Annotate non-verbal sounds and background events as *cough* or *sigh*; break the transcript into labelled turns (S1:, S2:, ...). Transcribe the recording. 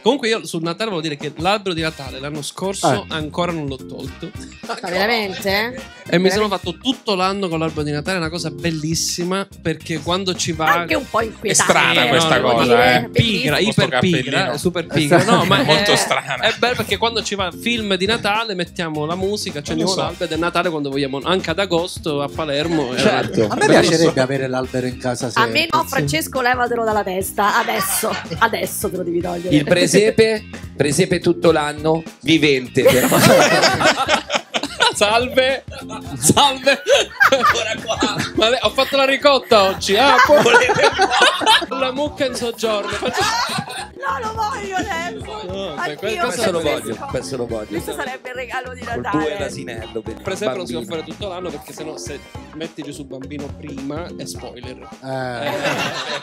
S1: Comunque io sul Natale volevo dire che l'albero di Natale l'anno scorso
S2: Ah.
S1: ancora non l'ho tolto.
S3: Ma veramente?
S1: E mi sono fatto tutto l'anno con l'albero di Natale, è una cosa bellissima perché quando ci va...
S3: Anche un po' inquietante.
S4: È strana
S3: eh,
S4: questa
S3: devo
S4: cosa,
S3: dire.
S4: eh.
S1: Pigra,
S4: Con sto
S1: iper pigra,
S4: cappellino.
S1: super pigra. No, ma
S4: Molto
S1: è,
S4: strana.
S1: È bello perché quando ci va il film di Natale mettiamo la musica, accendiamo
S4: Non Eh, lo so.
S1: l'albero ed è Natale quando vogliamo, anche ad agosto a Palermo. eh, e-
S2: Certo. A me
S1: Bellissimo.
S2: piacerebbe avere l'albero in casa
S3: A
S2: sempre.
S3: me no, Francesco, levatelo dalla testa. Adesso, adesso te lo devi togliere.
S5: Il presepe, presepe tutto l'anno, vivente però.
S1: *laughs* Salve, salve. Ancora qua. Vabbè, ho fatto la ricotta oggi. Ah, poi la mucca in soggiorno. Faccio-
S3: *laughs* No, lo voglio adesso.
S1: No, que-
S3: Anch'io
S1: questo
S5: questo lo
S3: questo-
S5: voglio, questo lo voglio.
S3: Questo sarebbe il regalo
S5: *laughs*
S3: di
S5: Col bue e
S3: Natale.
S5: l'asinello. Per
S1: Per esempio, non si può
S5: bambino.
S1: fare tutto l'anno perché sennò se metti giù su bambino prima è spoiler.
S2: Eh.